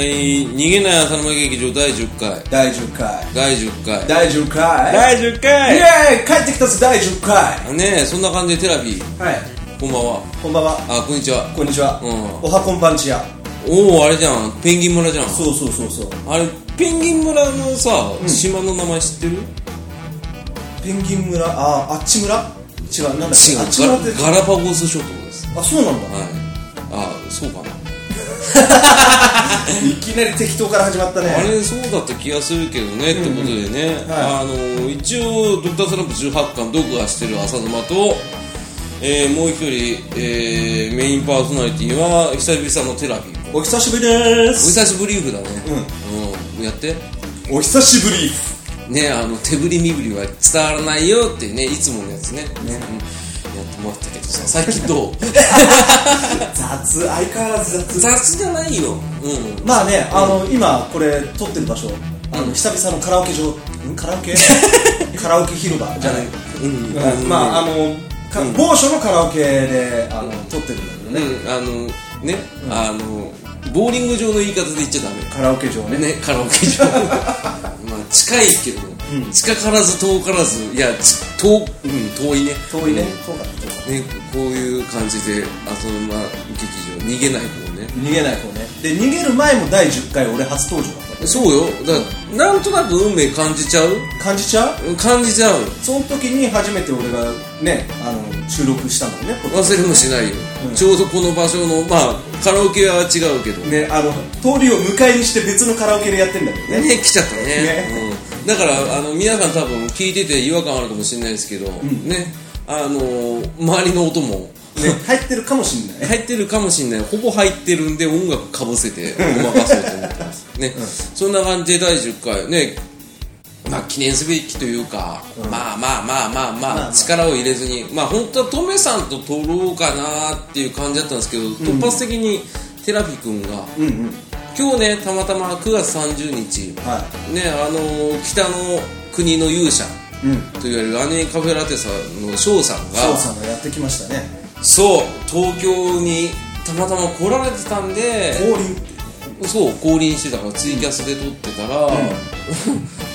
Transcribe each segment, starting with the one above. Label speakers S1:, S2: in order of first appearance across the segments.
S1: 逃げない浅沼劇場第10回
S2: 第10回
S1: 第10回
S2: 第10回
S1: 10
S2: イ
S1: 回
S2: エーイ帰ってきたぜ第10回
S1: ねえそんな感じでテラビー
S2: はい
S1: こんばんは
S2: こんばんは
S1: あこんにちは
S2: こんにちは、
S1: うん
S2: おはこんばんちや
S1: おおあれじゃんペンギン村じゃん
S2: そうそうそうそう
S1: あれペンギン村のさ、島の名前知ってる違う
S2: ペンギン村あーあっち村違うなんだっけあっち村って
S1: ガラガラパゴス諸島です
S2: あそうなんだ
S1: はいあそうかな、
S2: いきなり適当から始まったね
S1: あれそうだった気がするけどね、ってことでね、
S2: は
S1: あの一応ドクタースランプ18巻読破してる浅沼とえー、もう一人、えー、メインパーソナリティは久々のテラビー
S2: お久しぶりでー
S1: お
S2: す
S1: 久しぶりーふだねうん、やって
S2: お久しぶり
S1: ねあの手振り身振りは伝わらないよっていうねいつものやつねうん、やってもらったけどさ最近 どう
S2: 雑相変わらず雑
S1: 雑じゃないようん
S2: まあねあの、今これ撮ってる場所あの、久々のカラオケ場んカ ラオケカラオケ広場じゃない、
S1: うん
S2: うんまああのか某所のカラオケであの、撮ってるんだけどね、
S1: うんあのね、あのボーリング場の言い方で言っちゃダメ
S2: カラオケ場ね
S1: ねカラオケ場まあ近いけど、近からず遠からずいやち遠,、うん、遠いね
S2: 遠いね、遠かった遠かっ
S1: ねこういう感じで浅沼劇場逃げない方ね
S2: た逃げない方ねで逃げる前も第10回俺初登場だっ
S1: そうよだからなんとなく運命感じちゃう
S2: た感じちゃう
S1: 感じちゃう
S2: その時に初めて俺がねあの収録したのね
S1: 忘れもしないよ、ちょうどこの場所のまあカラオケは違うけどね
S2: ねあの通りを向かいにして別のカラオケでやってんだけどね
S1: 来ちゃったねうん、だからあの皆さん多分聞いてて違和感あるかもしれないですけど、ねあのー周りの音も
S2: ね入ってるかもしんない
S1: 入ってるかもしれないほぼ入ってるんで音楽かぶせてごまかそうと思ってますね、そんな感じで第10回ねまあ記念すべきというか、まあまあまあまあまあ、
S2: あ
S1: 力を入れずにまあ本当はトメさんと撮ろうかなっていう感じだったんですけど、突発的にテラフィ君が、
S2: うんうん
S1: 今日ねたまたま9月30日
S2: は
S1: ねあのー北の国の勇者
S2: いうん
S1: と言われるアネカフェラテさんの翔さんが
S2: 翔さんがやってきましたね
S1: そう東京にたまたま来られてたんで
S2: 降臨
S1: そう降臨してたからツイキャスで撮ってたら、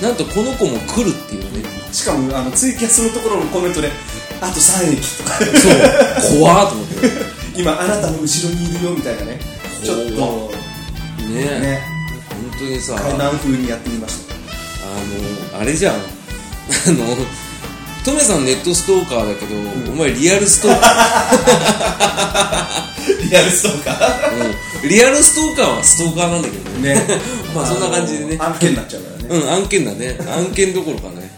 S1: なんとこの子も来るっていうね
S2: しかもあのツイキャスのところのコメントで「あと3駅」とか
S1: そう怖っと思って
S2: 今あなたの後ろにいるよみたいなねちょっ
S1: 怖
S2: と
S1: ね
S2: ね
S1: 本当にさ
S2: 海南風にやってみました
S1: あのあれじゃんあのトメさんネットストーカーだけど、お前リアルストー カ
S2: リアルストーカー
S1: ー、うん、リアルストーカーはストーカーなんだけどね
S2: ね
S1: まあそんな感じでね
S2: あの案件になっちゃうからね
S1: うん、案件だね。案件どころかね。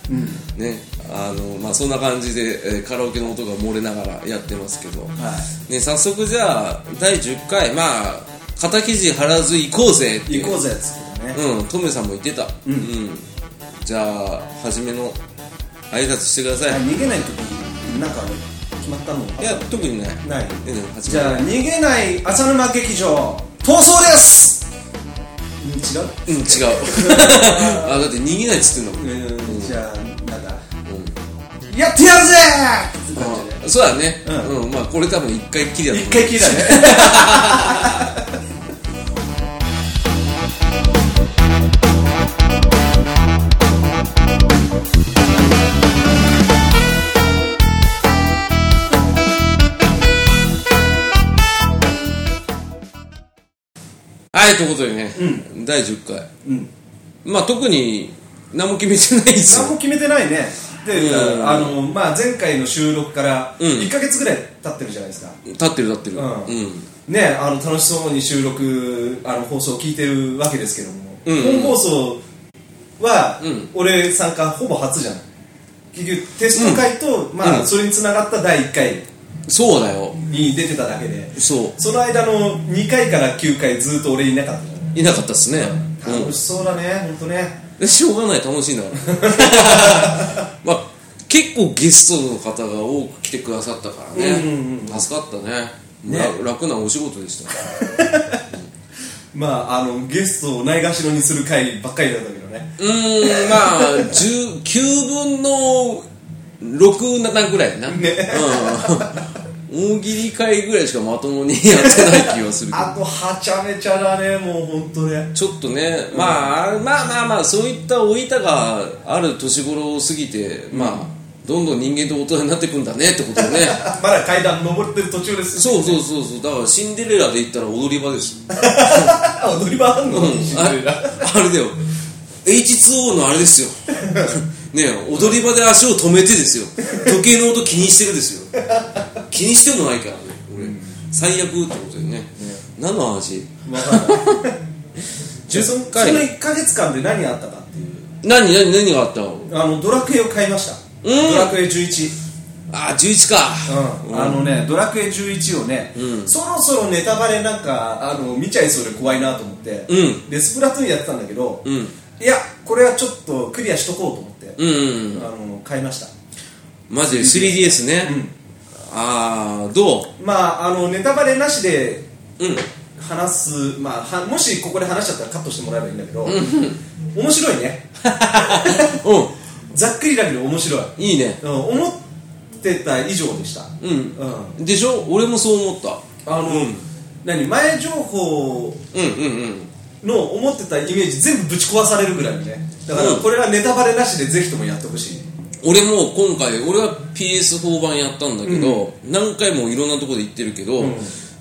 S1: ね。あの、まあ、そんな感じで、えーカラオケの音が漏れながらやってますけど。
S2: は
S1: ね、早速じゃあ、第10回、まあ、肩肘張らず行こうぜって
S2: い
S1: い
S2: 行
S1: う。
S2: こうぜっつってね
S1: うん、トメさんも言ってた。うん。じゃあ、初めの挨拶してください。い、
S2: 逃げない時なんか決まったのい
S1: や、特にない。
S2: な
S1: ね
S2: い
S1: ね初め
S2: じゃあ逃げない浅沼劇場逃走ですうん違う
S1: うん、違う。 あ、だって逃げないっつってんだもん。
S2: うんじゃあなんだやってやるぜって感じで
S1: あそうだね。
S2: うん
S1: うん、まあ、これ多分一回きりだと思う。
S2: 一回きりだね
S1: はい、ということでね、第10回、まあ特に何も決めてないです
S2: 何
S1: よ
S2: も決めてないねで
S1: うん
S2: あのまあ前回の収録から
S1: ん
S2: 1か月ぐらい経ってるじゃないですか
S1: 立ってる立ってるう
S2: うんんねあの楽しそうに収録あの放送を聞いてるわけですけども
S1: うん
S2: 本放送は
S1: ん
S2: 俺参加ほぼ初じゃん結局テスト会とま
S1: う
S2: あ
S1: ん
S2: それにつながった第1回
S1: そうだよ
S2: に出てただけで
S1: そ
S2: その間の2回から9回ずっと俺いなかったじゃん
S1: ういなかったっすね、うん
S2: 楽しそうだね本当ね
S1: でしょうがない楽しいんだから まあ結構ゲストの方が多く来てくださったからね、助かったね
S2: ね
S1: ら楽なお仕事でした
S2: まああのゲストをないがしろにする回ばっかりだったけどね
S1: うーんまあ10 9分の6なぐらいな、
S2: ね
S1: うん大喜利会ぐらいしかまともにやってない気がするけど
S2: あとはちゃめちゃだねもう本当ね
S1: ちょっとね、まあ、まあまあまあそういった老いたがある年頃を過ぎて、まあどんどん人間と大人になっていくんだねってことね
S2: あまだ階段登ってる途中です
S1: そうそうそうそうだからシンデレラで言ったら踊り場ですよ、
S2: あ踊り場あんの、
S1: うんあ あれだよ H2O のあれです よねえ踊り場で足を止めてですよ時計の音気にしてるですよ気にしてもないからね俺、最悪ってことでね何の話
S2: わかんないでそ
S1: 10
S2: その
S1: 回
S2: 1か月間で何があったかっていう
S1: 何何何があったの
S2: あのドラクエを買いました、
S1: うん
S2: ドラクエ11
S1: ああ11か、
S2: うん、あのねドラクエ11をね、そろそろネタバレなんかあの見ちゃいそうで怖いなと思って、
S1: うん
S2: でスプラトゥーンやってたんだけど、
S1: ん
S2: いやこれはちょっとクリアしとこうと思って、
S1: うんうん
S2: あの買いました
S1: マジで 3DS ね、ああどう
S2: まああのネタバレなしで
S1: うん
S2: 話す、まあ、はもしここで話しちゃったらカットしてもらえばいいんだけど、面白いね
S1: う
S2: ざっくりだけど面白
S1: ん
S2: い、
S1: いいね
S2: うん、思ってた以上でした
S1: うん
S2: うん
S1: でしょ俺もそう思った
S2: あの、
S1: うん
S2: 何前情報
S1: うんうんうん
S2: の思ってたイメージ全部ぶち壊されるぐらいのねだから
S1: うん
S2: これはネタバレなしでぜひともやってほしい
S1: 俺も今回俺は PS4 版やったんだけど、何回もいろんなとこで言ってるけど、
S2: ん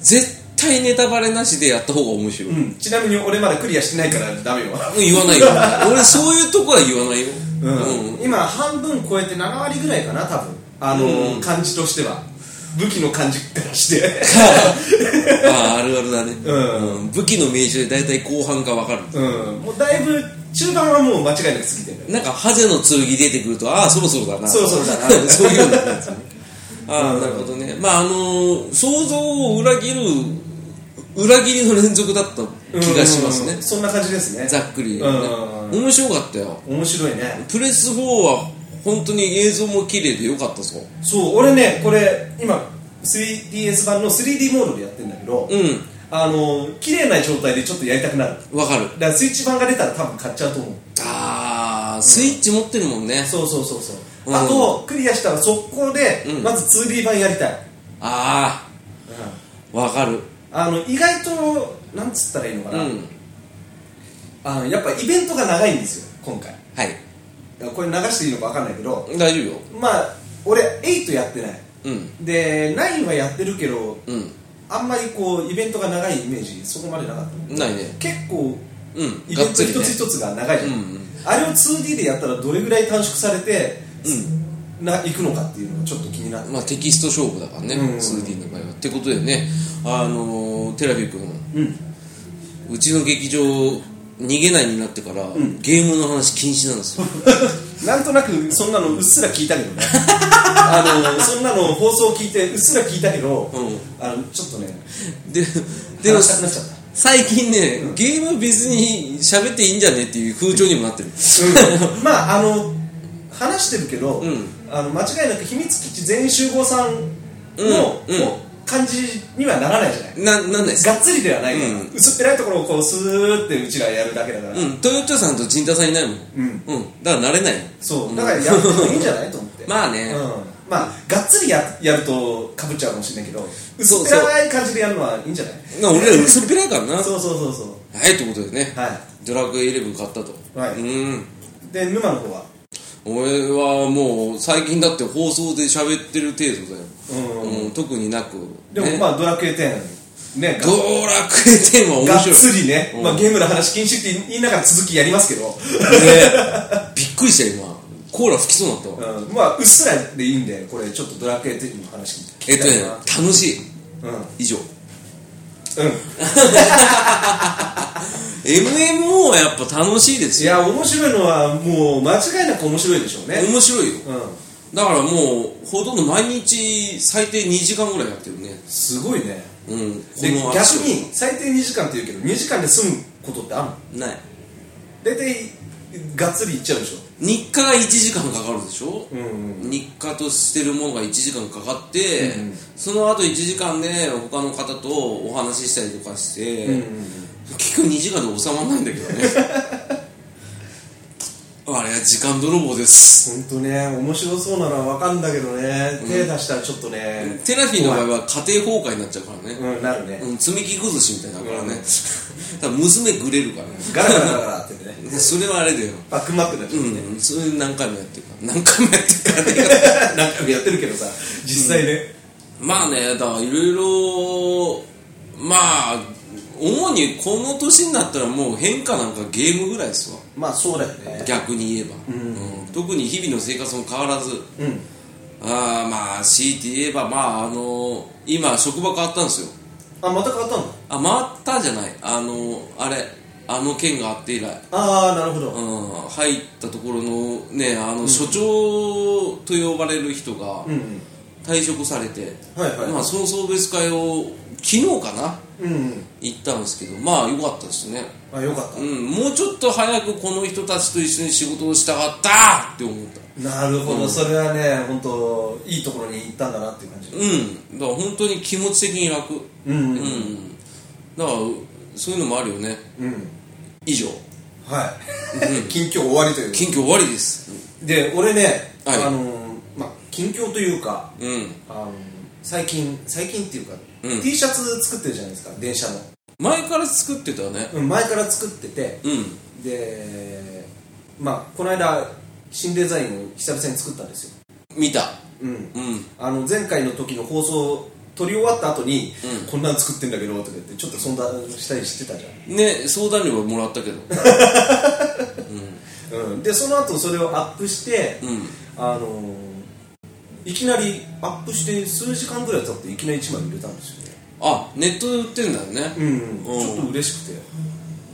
S1: 絶対ネタバレなしでやった方が面白い、
S2: うんちなみに俺まだクリアしてないからダメよ、
S1: 言わないよ 俺そういうとこは言わないよ
S2: うん今半分超えて7割ぐらいかな多分あのー、感じとしては武器の感じからして
S1: あああるあるだね、
S2: うん
S1: うん武器の名称で大体後半が分かる
S2: うんもうだいぶ中盤はもう間違いなく過ぎてる
S1: なんかハゼの剣出てくるとああそろそろだな
S2: そろそろだな
S1: そういうのなんですねあ
S2: う
S1: あ
S2: ん
S1: なるほどねまああのー想像を裏切る裏切りの連続だった気がしますね
S2: うんそんな感じですね
S1: ざっくり、ね
S2: うん
S1: 面白かったよ
S2: 面白いね
S1: プレス4は本当に映像も綺麗でよかったぞ
S2: そう俺ねこれ今 3DS 版の 3D モードでやってんだけど、
S1: う
S2: あのー綺麗な状態でちょっとやりたくなる
S1: んわかる
S2: だからスイッチ版が出たら多分買っちゃうと思う
S1: ああスイッチ持ってるもんね
S2: そうそうそうそう、
S1: うん
S2: あとクリアしたら速攻で、
S1: ん
S2: まず 2D 版やりたい、
S1: ああわかる
S2: あの意外となんつったらいいのか
S1: う
S2: な、
S1: ん
S2: あのやっぱイベントが長いんですよ今回
S1: はい
S2: これ流していいのか分かんないけど
S1: 大丈夫よ
S2: まあ俺8やってない
S1: うん
S2: で9はやってるけど
S1: う
S2: あんまりこうイベントが長いイメージそこまでなかった
S1: んないね
S2: 結構
S1: うん
S2: イベ
S1: が
S2: ン
S1: っ
S2: ト
S1: つり
S2: 一
S1: ね
S2: つ一つが長いじゃん、
S1: うんうん
S2: あれを 2D でやったらどれぐらい短縮されて、な行くのかっていうのがちょっと気になって
S1: まあ、テキスト勝負だからね、
S2: うん
S1: 2D の場合は。ってことでね、あのーテラフィ君、
S2: うん
S1: うちの劇場、逃げないになってから、ゲームの話禁止なんです よ。
S2: なんとなくそんなのうっすら聞いたけど ねあのそんなの放送聞いてうっすら聞いたけど、
S1: うん
S2: あのちょっとね
S1: で、でも
S2: 話、したくなっちゃった
S1: 最近ね、ゲーム別に喋っていいんじゃねっていう風潮にもなってる。
S2: うんまああの話してるけど、
S1: ん
S2: あの間違いなく秘密基地全員集合さんの、
S1: うん
S2: こう感じにはならないじゃない
S1: な、なんないです
S2: がっつりではないから、
S1: うん
S2: 薄っぺらいところをこうスーってうちらやるだけだから、
S1: うん、トヨタさんと陣田さんいないもん。
S2: うん
S1: うん。だから慣れないよ
S2: そう
S1: うん
S2: だからやってもいいんじゃないと思っ て
S1: まあね、
S2: うんまあがっつりややるとかぶっちゃうかもしれないけど薄
S1: そう
S2: っぺらい感じでやるのはいいんじゃない
S1: な俺ら薄っぺらいからな。は
S2: そうそうそうそ
S1: い、ということでね、
S2: うはい
S1: ドラクエ11買ったと。
S2: はい
S1: うん。
S2: で沼の方は
S1: 俺はもう最近だって放送で喋ってる程度だよ、
S2: うん、
S1: うん特になく
S2: でも
S1: ね
S2: まあドラクエ10ね
S1: ドラクエテーマ面
S2: がっ
S1: 白い
S2: つりね、
S1: うん
S2: まあ、ゲームの話禁止って言いながら続きやりますけど、
S1: ねびっくりした今コーラ吹きそうになったわ、
S2: うん、まあうっすらでいいんでこれちょっとドラクエ10の話聞
S1: えっ
S2: き
S1: と
S2: た
S1: ね
S2: いな
S1: 楽しい
S2: うんうん
S1: 以上 MMO はやっぱ楽しいで
S2: い
S1: すよ
S2: や面白いのはもう間違いなく面白いでしょうね
S1: 面白いよ
S2: うん
S1: だからもうほとんど毎日最低2時間ぐらいやってるね
S2: すごいね
S1: うんこ
S2: で逆
S1: 足を
S2: に最低2時間って言うけど2時間で済むことってあるの
S1: ない
S2: 大体がっつりいっちゃうでしょ
S1: 日課が1時間かかるでしょ、
S2: うん
S1: 日課としてるものが1時間かかって、
S2: うん
S1: その後1時間で他の方とお話ししたりとかして、
S2: うん
S1: 結局2時間で収まらないんだけどねきあれは時間泥棒です
S2: 本当ね面白そうなのは分かんだけどね、手出したらちょっとね、
S1: テラフィーの場合は家庭崩壊になっちゃうからね、
S2: うんなるね、
S1: うん、積み木崩しみたいなのからね、 多分娘ぐれるからね
S2: ガラガラガラガラってね
S1: それはあれだよ
S2: バックマックになっちゃう、
S1: うんそれ何回もやってるから何回もやってるからね
S2: 何回もやってるけどさ実際ね、
S1: まあね、だからいろいろ、まあ、主にこの年になったらもう変化なんかゲームぐらいですわ、
S2: まあそうだよね
S1: 逆に言えば。うん特に日々の生活も変わらず、
S2: うん
S1: あーまあ、強いて言えば、まあ、あの、今、職場変わったんですよ。
S2: あまた変わったの
S1: あ、回ったじゃない、あの、あれ、あの件があって以来。
S2: ああなるほど、
S1: うん、入ったところのねあの、所長と呼ばれる人が
S2: うんうん
S1: 退職されて、
S2: はいはい
S1: まあ、その送別会を昨日かな
S2: うんうん
S1: 行ったんですけどまあ良かったですね、
S2: あよかった、
S1: うん、もうちょっと早くこの人たちと一緒に仕事をしたかったって思った
S2: なるほど、それはね本当いいところに行ったんだなっていう感じ
S1: うんだから本当に気持ち的に楽う
S2: うんう
S1: ん
S2: うん、
S1: んだからそういうのもあるよね以上
S2: はい 近況終わりという
S1: 近況終わりです
S2: で俺ね、
S1: はい
S2: あのーまあ近況というか
S1: うん、
S2: あのー最近最近っていうか、
S1: うん
S2: T シャツ作ってるじゃないですか電車の、
S1: 前から作ってたね
S2: うん、前から作ってて
S1: うん
S2: でまあこの間新デザインを久々に作ったんですよ
S1: 見た
S2: うん
S1: うん
S2: あの前回の時の放送撮り終わった後に、こんなん作ってんだけどとか言ってちょっと相談したりしてたじ
S1: ね相談料はもらったけど
S2: ゃん、うん、でその後それをアップして、
S1: うん
S2: あのーいきなりアップして数時間ぐらい経っていきなり1枚売れたんですよね
S1: あネットで売ってんだよね、
S2: うん、
S1: うん
S2: ちょっと嬉しくて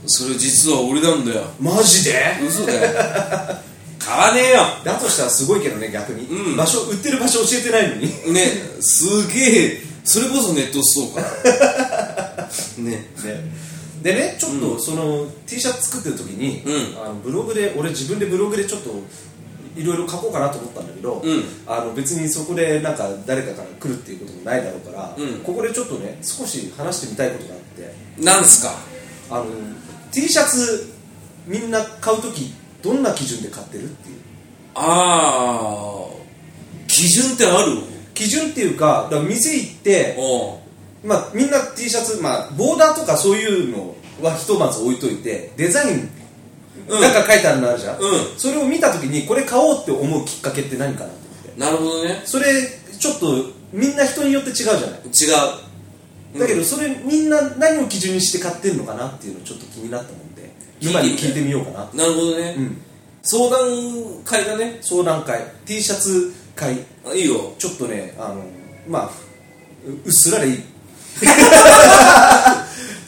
S1: それ実は俺なんだよ
S2: マジで
S1: 嘘だよ買わねえよ
S2: だとしたらすごいけどね逆に、
S1: うん
S2: 場所売ってる場所教えてないのに
S1: ねすげえそれこそネットストーカ ーね
S2: ねでねちょっとその T シャツ作ってる時に、
S1: う
S2: あのブログで俺自分でブログでちょっといろいろ書こうかなと思ったんだけど、
S1: うん
S2: あの別にそこでなんか誰かから来るっていうこともないだろうから、
S1: うん
S2: ここでちょっとね少し話してみたいことがあって
S1: なんすか
S2: あの T シャツみんな買う時どんな基準で買ってるっていう
S1: ああ基準ってある
S2: 基準っていうかだから店行って、
S1: おう
S2: まあ、みんな T シャツ、まあ、ボーダーとかそういうのはひとまず置いといてデザイン
S1: うん
S2: なんか書いてあるのあるじゃん、
S1: う
S2: それを見た時にこれ買おうって思うきっかけって何かなって思って
S1: なるほどね
S2: それちょっとみんな人によって違うじゃない
S1: 違う
S2: だけどそれみんな何を基準にして買ってんのかなっていうのちょっと気になったもんで今に聞いてみようかな、
S1: なるほどね、
S2: うん、
S1: 相談会だね
S2: 相談会 T シャツ買い
S1: あいいよ
S2: ちょっとねあのまあううっすらでいい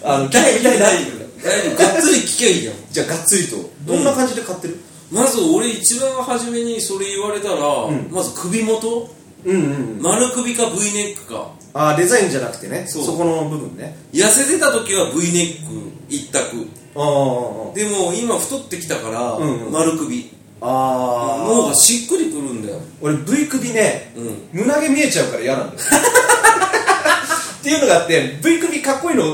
S2: あの聞いてみたいなっていう
S1: 大丈夫がっつり聞きゃいいじゃん
S2: じゃあがっつりとどんな感じで買ってる
S1: まず俺一番初めにそれ言われたら、
S2: ん
S1: まず首元
S2: うんうん、うん、
S1: 丸首か V ネックか
S2: ああデザインじゃなくてね
S1: そ
S2: そうこの部分ね
S1: 痩せてた時は V ネック一択
S2: ああ
S1: でも今太ってきたから
S2: うんうん
S1: 丸首
S2: あ
S1: 脳がしっくりくるんだよ
S2: 俺 V 首ね、
S1: うん
S2: 胸毛見えちゃうから嫌 なんだよっていうのがあって V 首かっこいいの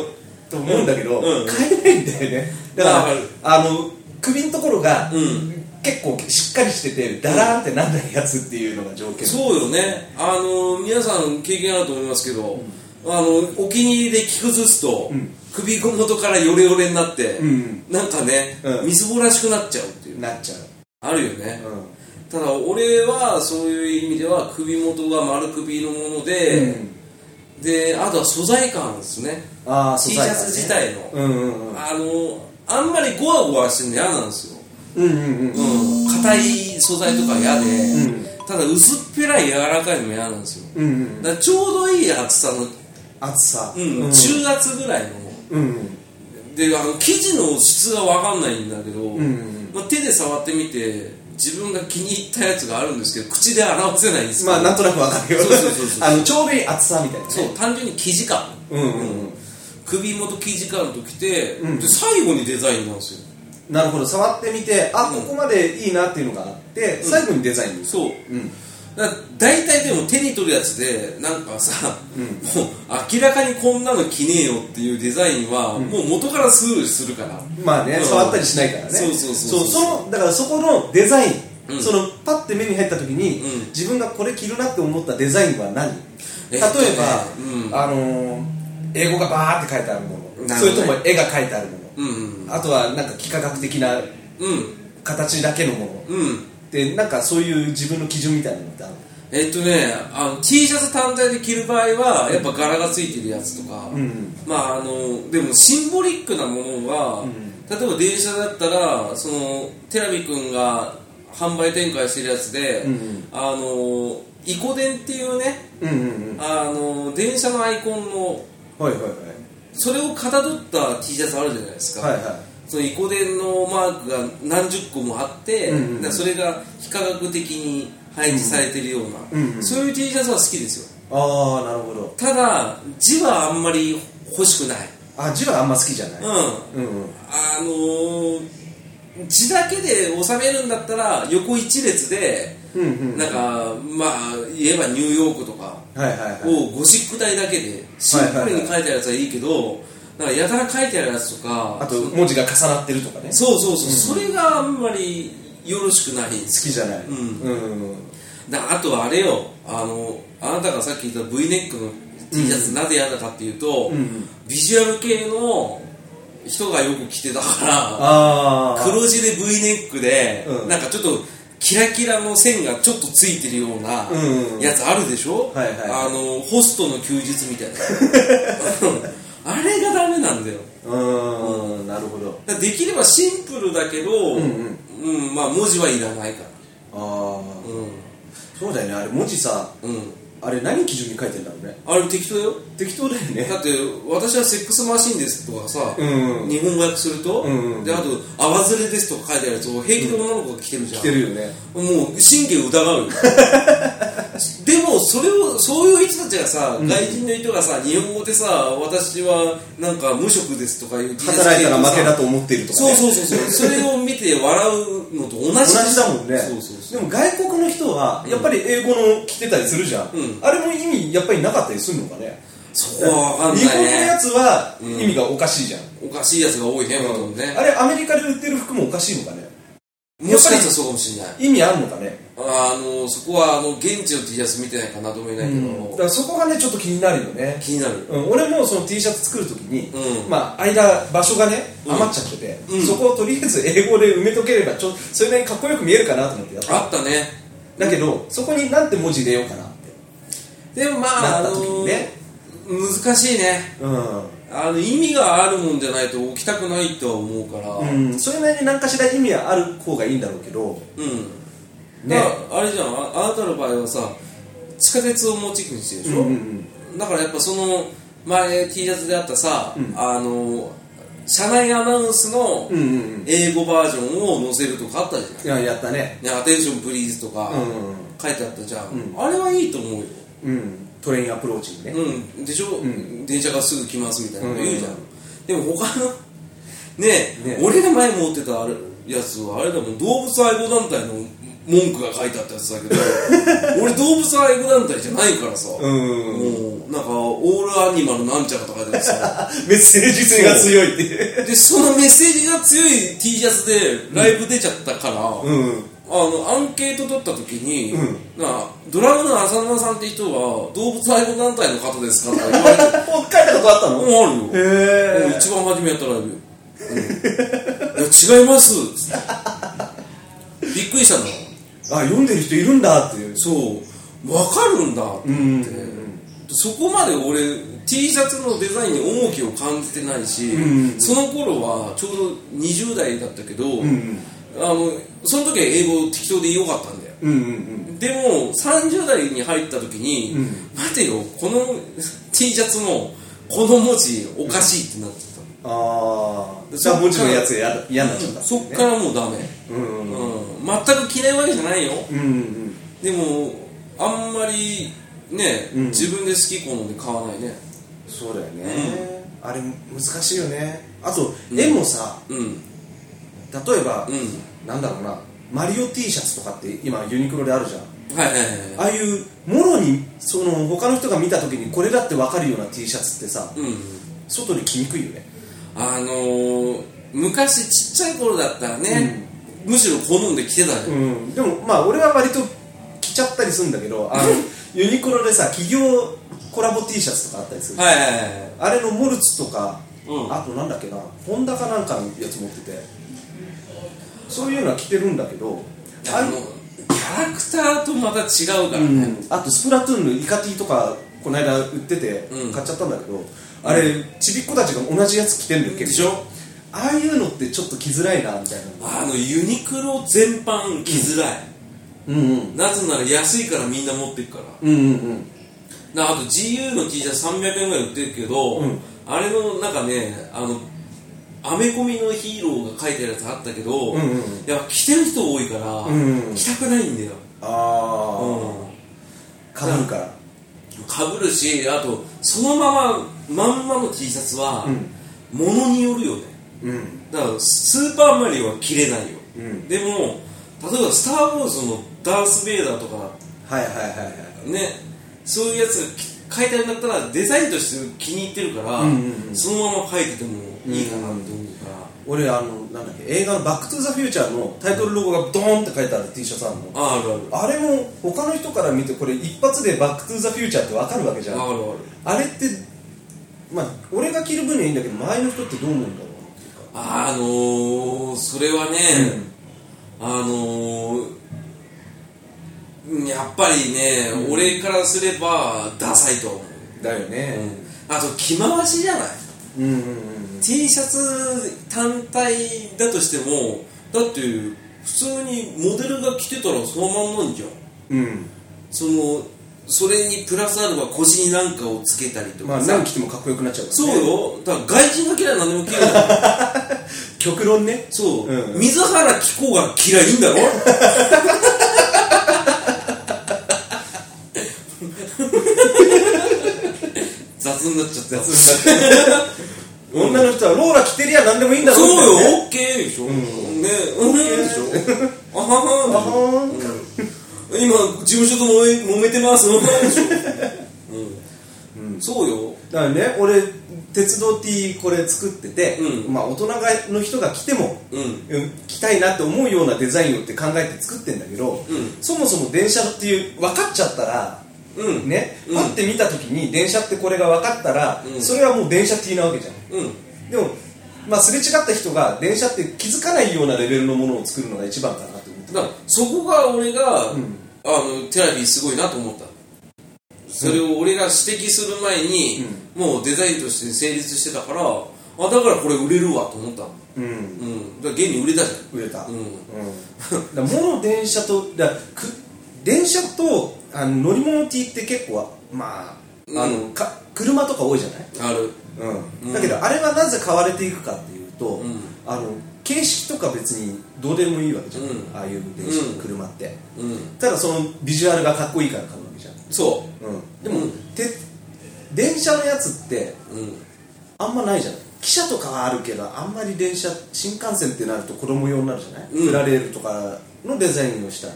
S2: と思うんだけど、
S1: うんうん
S2: 買えないんだよねだから、
S1: わかる
S2: あの首のところが、
S1: うん
S2: 結構しっかりしててダラーンってなんないやつっていうのが条件
S1: そうよねあの皆さん経験あると思いますけど、あのお気に入りで着崩すと、
S2: ん
S1: 首元からヨレヨレになって、
S2: うん
S1: なんかね、
S2: うん
S1: みすぼらしくなっちゃうっていう
S2: なっちゃう、
S1: あるよね、
S2: うん
S1: ただ俺はそういう意味では首元が丸首のもので、であとは素材感ですね
S2: ああ
S1: T シャツ自体の、
S2: うんうんうん
S1: あのあんまりゴワゴワしてるの嫌なんですよ
S2: うんうんうん
S1: うん硬い素材とか嫌で、
S2: うん
S1: ただ薄っぺらい柔らかいのも嫌なんですよ
S2: うんうん
S1: だからちょうどいい厚さの、
S2: 暑さ
S1: うん
S2: うん
S1: 中厚ぐらいの
S2: うん
S1: であの生地の質が分かんないんだけど、
S2: ん
S1: まあ、手で触ってみて自分が気に入ったやつがあるんですけど口で表せないんですよ
S2: まあなんとなくわかるよ
S1: そうそうそうそう
S2: あのちょうどいい暑さみたいなね
S1: そう単純に生地感
S2: うんうんうん
S1: 首元生地感ときて、
S2: うん
S1: で最後にデザインなんですよ
S2: なるほど触ってみてあ
S1: うん
S2: ここまでいいなっていうのがあって最後にデザインに
S1: そう
S2: うん
S1: だ大体でも手に取るやつでなんかさ、もう明らかにこんなの着ねえよっていうデザインは、もう元からスルーするから、
S2: まあね、
S1: うん
S2: 触ったりしないからね
S1: そうそうそうそう
S2: そのだからそこのデザイン、
S1: うん
S2: そのパッて目に入った時に、
S1: うん
S2: 自分がこれ着るなって思ったデザインは何、
S1: え
S2: 例
S1: っ
S2: え
S1: と
S2: ば
S1: ね、うん
S2: あのー英語がバーって書いてあるもの、
S1: なる
S2: そ
S1: ほど
S2: れ
S1: ね
S2: とも絵が書いてあるもの、
S1: うんうん
S2: あとはなんか幾何学的な
S1: うん
S2: 形だけのもの
S1: うん
S2: でなんかそういう自分の基準みたいなのってある
S1: えっとねあの T シャツ単体で着る場合はやっぱ柄がついてるやつとか、
S2: ん
S1: まああのでもシンボリックなものは、例えば電車だったらそのテラビ君が販売展開してるやつで、
S2: うん
S1: あのイコ電っていうね
S2: うんうんうん
S1: あの電車のアイコンの
S2: はいはい
S1: それをかたどった T シャツあるじゃないですか、
S2: はいはいは
S1: そのイコ電のマークが何十個もあって、
S2: うんうん
S1: だからそれが幾何学的に配置されてるような、
S2: うんうん
S1: そういう T シャツは好きですよ
S2: いああなるほど
S1: ただ字はあんまり欲しくない
S2: あ字はあんま好きじゃない、
S1: うん
S2: うんうん、
S1: あのー字だけで収めるんだったら横一列で、
S2: うんうん
S1: なんかまあ言えばニューヨークとか
S2: はいはいはい
S1: をゴシック体だけでシンプルに書いてあるやつはいいけど、なんかやたら書いてあるやつとか
S2: あと文字が重なってるとかね好
S1: そうそうそう、それがあんまりよろしくないんです
S2: きじゃない
S1: うん
S2: うん
S1: だあとはあれよあのあなたがさっき言った V ネックの T シャツなぜ嫌だかっていうと、
S2: ん
S1: ビジュアル系の人がよく着てたか
S2: あ
S1: ら
S2: あ
S1: 黒字で V ネックで、
S2: うん
S1: なんかちょっとキラキラの線がちょっとついてるような
S2: うんうん
S1: やつあるでしょ、
S2: はいはい
S1: あのホストの休日みたい なあれがダメなんだよ
S2: うーんなるほど
S1: だからできればシンプルだけど、
S2: うんうん
S1: うんまあ、文字はいらないから
S2: ああ
S1: う
S2: そうだよねあれ文字さ
S1: ん、うん、
S2: あれ何基準に書いてんだろうね
S1: あれ適当だよ
S2: 適当だよね
S1: だって私はセックスマシンですとかさ、
S2: うんうん
S1: 日本語訳すると、
S2: うんうん
S1: であと泡ずれですとか書いてあるやつを平気で女の子が着てるじゃん、
S2: 来てるよね
S1: もう神経疑う よでもそれをそういう人たちがさ、外人の人がさ日本語でさ私はなんか無職ですとかいう
S2: 働いたら負けだと思っているとか
S1: そう
S2: ね
S1: そうそうそうそれを見て笑うのと同じ同
S2: 同じだもんね
S1: そうそうそう
S2: でも外国の人はやっぱり英語の着てたりするじゃん、
S1: うん
S2: あれも意味やっぱりなかったりするのかね
S1: そこは分かん
S2: 日
S1: な
S2: 本
S1: い
S2: のや
S1: ね
S2: つは意味がおかしいじゃん、
S1: おかしいやつが多いね、ほとんどね
S2: あれアメリカで売ってる服もおかしいのかね
S1: もしかしたらそうかもしれない
S2: 意味あるのかね、
S1: あのそこはあの現地の T シャツ見てないかなと思いないうけど、
S2: ん、だからそこがねちょっと気になるよね、
S1: 気になる
S2: うん、俺もその T シャツ作るときに、
S1: うん
S2: まあ間場所がね
S1: うん
S2: 余っちゃってて、
S1: うん
S2: そこをとりあえず英語で埋めとければちょそれなりにかっこよく見えるかなと思ってやった
S1: あったね
S2: だけどそこになんて文字入れようかなって
S1: でもまあ、あ
S2: なった
S1: の
S2: 時にね
S1: 難しいね
S2: うん
S1: あの意味があるもんじゃないと置きたくないとは思うからうん、
S2: うん、それなりに何かしら意味はある方がいいんだろうけどね
S1: だからあれじゃんああなたの場合はさ地下鉄をモチーフにしてるでしょ、だからやっぱその前 T シャツであったさ、あの車内アナウンスの
S2: うんうんうん
S1: 英語バージョンを載せるとかあったじゃん、
S2: いややったね
S1: ね、アテンションプリーズとか
S2: うん
S1: 書いてあったじゃん、
S2: うん
S1: あれはいいと思うよ、
S2: うんトレインアプローチにね、
S1: うん、でしょ、
S2: ん
S1: 電車がすぐ来ますみたいなの言うじゃん、
S2: うん
S1: でも他のねえ
S2: ね
S1: 俺が前持ってたあれやつはあれだもん動物愛護団体の文句が書いてあったやつだけど俺動物愛護団体じゃないからさ、
S2: うん
S1: もうなんかオールアニマルなんちゃらとかで さ
S2: メッセージ性が強いっていう
S1: でそのメッセージが強い T シャツでライブ出ちゃったから、
S2: うん
S1: あのアンケート取った時に、
S2: う
S1: なあドラムの浅沼さんって人は動物愛護団体の方ですかとか言われて
S2: もう書いたことあった
S1: も
S2: の
S1: う
S2: へ
S1: あるよ
S2: え
S1: もう一番初めやったライブよ、うんいや違いますつってびっくりしたの
S2: あ読んでる人いるんだっていう
S1: そうわかるんだって思って、
S2: うんうんう
S1: そこまで俺 T シャツのデザインに重きを感じてないし、
S2: んうん
S1: その頃はちょうど20代だったけど、
S2: うん
S1: あのその時は英語適当でよかったんだよ
S2: うんうんうん
S1: でも30代に入った時に、
S2: うん
S1: 待てよこの T シャツのこの文字おかしいってなってた、
S2: ああじゃあ文字のやつやだ嫌になっちゃった
S1: そっからもうダメ、
S2: うんうんうん
S1: うん、全く着ないわけじゃないよ
S2: うんうん
S1: でもあんまりね、
S2: うん
S1: 自分で好き好んで買わないね
S2: そうだよねあれ難しいよねあと絵もさ
S1: うん
S2: 例えば
S1: うん
S2: なんだろうなマリオ T シャツとかって今ユニクロであるじゃん
S1: はいはいはい
S2: ああいうもろにその他の人が見た時にこれだって分かるような T シャツってさ、
S1: うん
S2: 外に着にくいよね
S1: あのー、昔ちっちゃい頃だったらね、むしろ好んで着てたよ、
S2: うんでもまあ俺は割と着ちゃったりするんだけどあのユニクロでさ企業コラボ T シャツとかあったりする、
S1: はいはいはいはい
S2: あれのモルツとか、
S1: うん
S2: あとなんだっけなホンダかなんかのやつ持っててそういうのは着てるんだけど
S1: あのキャラクターとまた違うか
S2: う
S1: らね、
S2: ん、あとスプラトゥーンのイカティとかこの間売ってて
S1: うん
S2: 買っちゃったんだけど、あれちびっ子たちが同じやつ着てんだけど
S1: でしょ
S2: ああいうのってちょっと着づらいなみたいな
S1: あのユニクロ全般着づらい、
S2: うんうん
S1: なぜなら安いからみんな持ってくから
S2: うんうん
S1: なあと GU の T シャツ300円ぐらい売ってるけど、
S2: うん
S1: あれのなんかねあのアメコミのヒーローが書いてるやつあったけど、
S2: うんうんうん
S1: やっぱ着てる人多いから、
S2: んうん
S1: 着たくないんだよ、
S2: ああ、
S1: うん、
S2: かぶるから
S1: かぶるしあとそのまままんまの T シャツは、
S2: うん
S1: ものによるよね
S2: うん
S1: だからスーパーマリオは着れないよ、
S2: うん
S1: でも例えば「スター・ウォーズ」のダース・ベイダーとか
S2: はいはいはいはい
S1: ねそういうやつがき書いてあるんだったらデザインとして気に入ってるから、
S2: うんうんうん
S1: そのまま書いててもいいかなと思うから、
S2: 俺あのなんだっけ映画の「バック・トゥ・ザ・フューチャー」のタイトルロゴがドーンって書いてある T シャツあるの
S1: ああるある
S2: あれも他の人から見てこれ一発で「バック・トゥ・ザ・フューチャー」ってわかるわけじゃん
S1: あるある
S2: あれってまあ俺が着る分にはいいんだけど周りの人ってどう思うんだろ
S1: あ
S2: うなっていうか
S1: のー、それはね、あのーうん、やっぱりね、俺からすればダサいと思う、
S2: だよね
S1: あと着回しじゃない
S2: うんうんうん
S1: T シャツ単体だとしてもだって普通にモデルが着てたらそのまんなんじゃん
S2: うん
S1: そのそれにプラスアルファ腰になんかをつけたりと
S2: まあ
S1: かさ、
S2: 何着てもかっこよくなっちゃうから、
S1: そ
S2: ね、
S1: うよだから外人が嫌いな何でも嫌いだよ
S2: 極論ね
S1: そう、
S2: うん
S1: 水原希子が嫌いんだろ 雑になっちゃったやつ
S2: 女の人はローラ着てりゃ何でもいいんだろ
S1: そう
S2: み
S1: よ、オッケーでしょ、ねうん、でしょあは
S2: たいな
S1: は
S2: あー
S1: 今事務所ともめ揉めてますもんでしょ、うんそうよ
S2: だからね俺鉄道 T これ作ってて、
S1: うん
S2: まあ大人がの人が着ても、
S1: うん
S2: うん着たいなって思うようなデザインをって考えて作ってんだけど、
S1: ん
S2: そもそも電車っていう分かっちゃったら
S1: うん
S2: ね、
S1: うん
S2: パッて見た時に電車ってこれが分かったら、
S1: うん
S2: それはもう電車 T なわけじゃん
S1: うん
S2: でも、まあ、すれ違った人が電車って気づかないようなレベルのものを作るのが一番かなと思って
S1: だからそこが俺が、
S2: ん
S1: あのテラビーすごいなと思ったそれを俺が指摘する前に、もうデザインとして成立してたからあだからこれ売れるわと思ったの
S2: うん
S1: うんだから現に売れたじゃ
S2: 売れ
S1: ん
S2: た、
S1: うん
S2: うんだからもの電車とだからく電車とあの乗り物 T って結構まああの、
S1: う
S2: か車とか多いじゃない、
S1: ある
S2: うん
S1: うん
S2: だけどあれがなぜ買われていくかっていうと、
S1: ん
S2: あの形式とか別にどうでもいいわけじゃん、
S1: うん
S2: ああいう電車、
S1: うん
S2: 車って
S1: うん
S2: ただそのビジュアルがかっこいいから買うわけじゃん、
S1: そ
S2: うん、でも、
S1: うん
S2: て電車のやつって
S1: ううん
S2: あんまないじゃない汽車とかはあるけどあんまり電車新幹線ってなると子供用になるじゃない、
S1: うん
S2: プラレールとかのデザインをした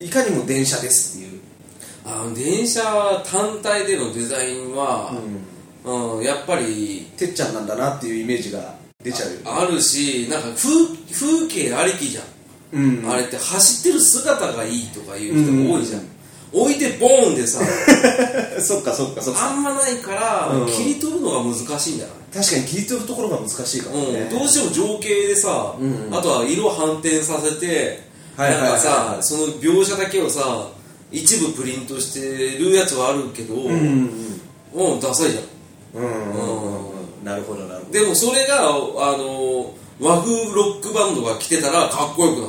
S2: いかにも電車ですっていう、
S1: あの電車単体でのデザインは、うんやっぱり
S2: てっちゃんなんだなっていうイメージが出ちゃうよ、
S1: あるしなんか風風景ありきじゃん
S2: うん、
S1: あれって走ってる姿がいいとかいう人も多いじゃん、
S2: うん
S1: 置いてボーンでさ
S2: そっかそっかそっか
S1: あんまないから、
S2: うん
S1: 切り取るのが難しいんだよね
S2: 確かに切り取るところが難しいかもね、
S1: うん、どうしても情景でさ、
S2: うん
S1: あとは色反転させて、
S2: はいはいはい
S1: なんかさその描写だけをさ一部プリントしてるやつはあるけど、う
S2: うん
S1: ん、
S2: うん
S1: ダサいじゃん
S2: うんうんうんなるほどなるほど
S1: でもそれがあの和風ロックバンドが着てたらかっこよくな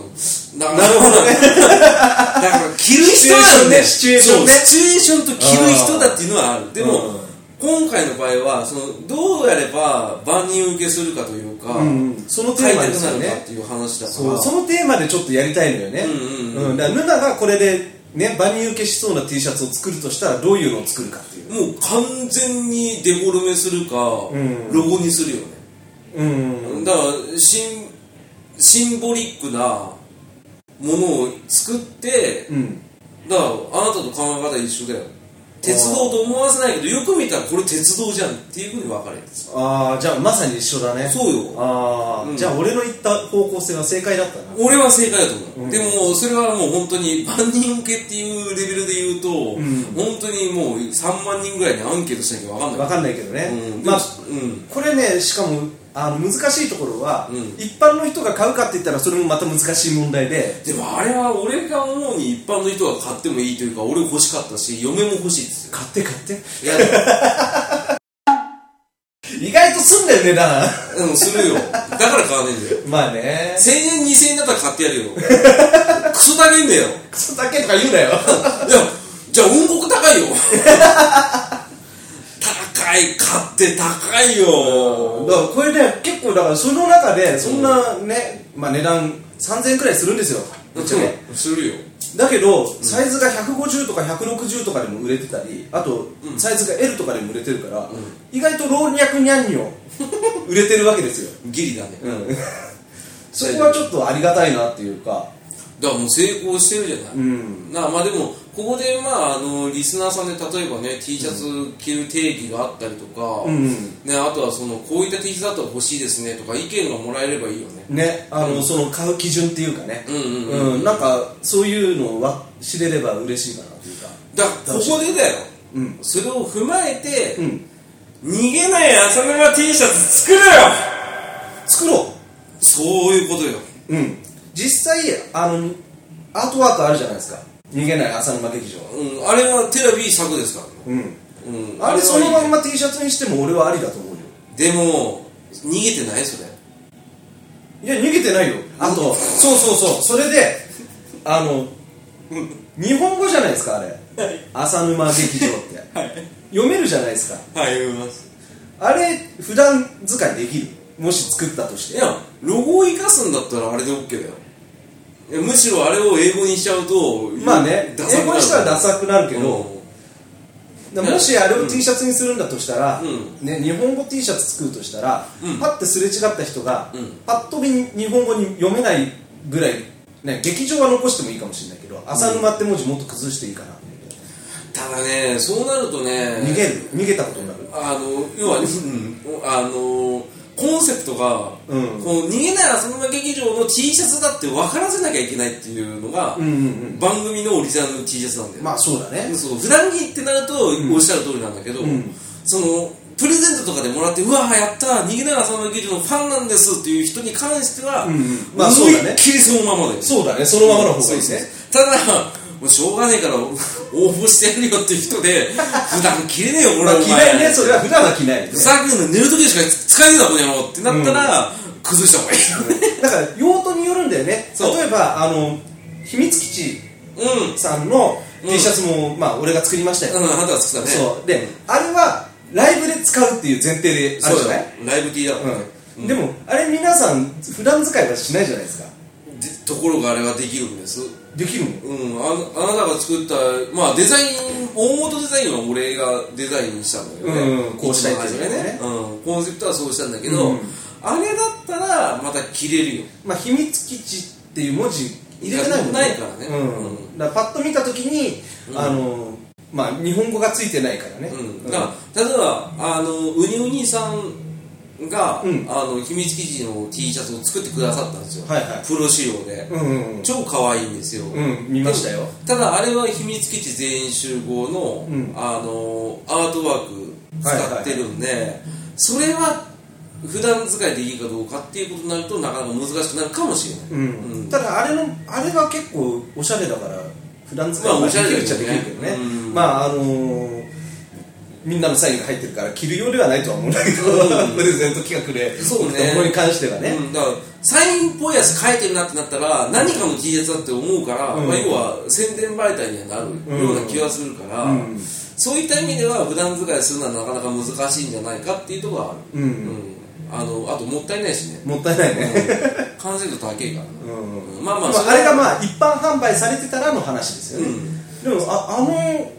S1: るなるほど ねだから着る人なんだよ
S2: シチュエーションね
S1: そうシチュエーションと着る人だっていうのはあるでも、
S2: うん
S1: 今回の場合はそのどうやれば万人受けするかというか、
S2: うんうんそのテ
S1: 変
S2: ー
S1: え
S2: マ
S1: た
S2: で
S1: く
S2: す
S1: な
S2: よ
S1: る
S2: ね
S1: かっていう話だか
S2: そう
S1: ら
S2: そのテーマでちょっとやりたいのよ
S1: う
S2: ね、
S1: んうん
S2: うんだからヌナがこれで、ね、バニー受けしそうな T シャツを作るとしたらどういうのを作るかっていう、
S1: もう完全にデフォルメするか、
S2: ん
S1: ロゴにするよね、
S2: うん
S1: だからシンシンボリックなものを作って、
S2: うん
S1: だからあなたと考え方一緒だよ鉄道と思わせないけどよく見たらこれ鉄道じゃんっていうふうに分かるやつ
S2: ああじゃあまさに一緒だね
S1: そうよ
S2: ああ、
S1: うん
S2: じゃあ俺の言った方向性は正解だったな
S1: 俺は正解だと思う、
S2: うん
S1: でもそれはもう本当に万人受けっていうレベルで言うと、
S2: ん
S1: 本当にもう3万人ぐらいにアンケートしなきゃ分かんない
S2: わかんないけどね、
S1: うん、
S2: まあ
S1: うん
S2: これねしかもあの難しいところは、
S1: うん
S2: 一般の人が買うかって言ったらそれもまた難しい問題で
S1: でもあれは俺が思うに一般の人が買ってもいいというか俺欲しかったし嫁も欲しいですよ
S2: 買って買って
S1: い や
S2: 意外とすんだよ値段
S1: うんするよだから買わねえんだよ
S2: まあね
S1: 1000円2000円だったら買ってやるよ クソ高いんだよ
S2: クソだけとか言うなよ
S1: いやじゃあ運国高 いよ高い買って高いよ
S2: だからこれね結構だからその中でそんなね、まあ値段3000円くらいするんですよぶっちゃけ
S1: うんするよ
S2: だけど、サイズが150とか160とかでも売れてたりあと、サイズが L とかでも売れてるから、意外と老若にゃんに ょ売れてるわけですよ、
S1: ギリだね
S2: うん、 そこはちょっとありがたいなっていうか
S1: だからもう成功してるじゃない、
S2: うん
S1: なまあでもここでまああのリスナーさんで例えばね T シャツ着る定義があったりとか、
S2: うん
S1: ね、あとはそのこういった T シャツだったら欲しいですねとか意見がもらえればいいよね
S2: ねあの、その買う基準っていうかね
S1: うんうん
S2: う、
S1: うん
S2: なんかそういうのは知れれば嬉しいかなっていうか
S1: だからここでだよ
S2: うん
S1: それを踏まえて、
S2: うん
S1: 逃げない浅沼 T シャツ作れよ
S2: 作ろ
S1: そういうことよ
S2: ううん実際あのアートワークあるじゃないですか逃げない浅沼劇場
S1: うん、あれはテラビー作ですからね、
S2: うん
S1: うん、
S2: あれそ
S1: は
S2: のま
S1: い
S2: ん
S1: い
S2: ま T シャツにしても俺はありだと思うよ
S1: でも逃げてないそれ
S2: いや逃げてないよあとそうそうそうそれであの日本語じゃないですかあれ浅沼劇場って、読めるじゃないですか
S1: はい読みます
S2: あれ普段使いできるもし作ったとし
S1: い
S2: て
S1: やロゴを生かすんだったらあれで OK だよいやむしろあれを英語にしちゃうと
S2: まあね
S1: ダサくな
S2: 英語
S1: る
S2: にしたらダサくなるけど、だからもしあれ
S1: う
S2: を
S1: ん
S2: T シャツにするんだとしたら、
S1: う
S2: ね、日本語 T シャツ作るとしたら、
S1: うん
S2: パッてすれ違った人が、
S1: うん
S2: パッと見に日本語に読めないぐらい、ね、劇場は残してもいいかもしれないけど「浅沼」って文字もっと崩していいかな、
S1: ただねそうなるとね
S2: 逃げる逃げたことになる
S1: あの要は、うん、あのコンセプトが、
S2: うん
S1: この逃げない浅沼劇場の T シャツだって分からせなきゃいけないっていうのが、
S2: うんうんうん
S1: 番組のオリジナルの T シャツなんだよ、
S2: まあそうだね
S1: そう普段着ってなると、
S2: ん
S1: おっしゃる通りなんだけど、
S2: ん
S1: そのプレゼントとかでもらってうわーやったー逃げない浅沼劇場のファンなんですっていう人に関しては、
S2: んうんまあ
S1: 思い
S2: そうだ
S1: っ
S2: ね
S1: きりそのままだよ
S2: そうだねそのままの方がいい
S1: そうそう
S2: ね
S1: そうただもうしょうがねえから 応募してやるよっていう人で 普段着れねえよ俺
S2: まあ
S1: はお
S2: 着
S1: 前
S2: ないねそれは普段は着な いね
S1: ふざけんな寝る時しか使えねえだこの野郎ってなったら、崩した方 がいいよね
S2: だから用途によるんだよね
S1: そう
S2: 例えばあの秘密基地
S1: うん
S2: さんの
S1: うん
S2: T シャツも、まあ俺が作りましたよ、
S1: うんあなたは作ったね
S2: そうであれはライブで使うっていう前提であるじゃ
S1: だ
S2: ない
S1: ねライブ T だもんね、
S2: うんでもあれ皆さん普段使いはしないじゃないですか
S1: でところがあれができるんです
S2: できるの
S1: うん、ああなたが作った、まあ、デザイン大元デザインは俺がデザインしたんだけどね、
S2: うんこうしたいって
S1: 一
S2: いう
S1: 番初め
S2: ね
S1: ね、うん、コンセプトはそうしたんだけど、
S2: うん
S1: あれだったらまた着れるよ
S2: まあ秘密基地っていう文字入れてないもん
S1: ないからね
S2: うん
S1: う
S2: だからパッと見た時に、あのまあ日本語がついてないからね、
S1: うん、だから例えばあのウニウニさんが、
S2: うん
S1: あの秘密基地の T シャツを作ってくださったんですよ、
S2: はいはい
S1: プロ仕様で、
S2: うんうんうん
S1: 超可愛いんですよ、
S2: うん見ましたよ
S1: ただあれは秘密基地全員集合の,、
S2: うん
S1: あのアートワーク使ってるんで、それは普段使いでいいかどうかっていうことになるとなかなか難しくなるかもしれない、
S2: うん
S1: うん
S2: ただあれのあれは結構おしゃれだから普段使い
S1: まあ
S2: は
S1: お
S2: で
S1: し
S2: き
S1: ゃれだ
S2: る
S1: よ
S2: っ
S1: ね
S2: ちゃできるけどね、
S1: うん
S2: まああのーみんなのサインが入ってるから着るようではないとは思うんだけど、
S1: うん
S2: プレゼント企画で
S1: そうね
S2: 贈ったものに関してはね、
S1: うん、だからサインっぽいやつ書いてるなってなったら何かの T シャツだって思うから、
S2: うん
S1: まあ、要は宣伝媒体にはなるような気がするから、
S2: うん
S1: そういった意味では普段使いするのはなかなか難しいんじゃないかっていうところはある、
S2: うん
S1: あのあともったいないし ね
S2: もったいないね、
S1: 完成度高いからな、
S2: うん
S1: まあまあ
S2: ま
S1: そ
S2: あ、あれがまあ一般販売されてたらの話ですよね、でもああの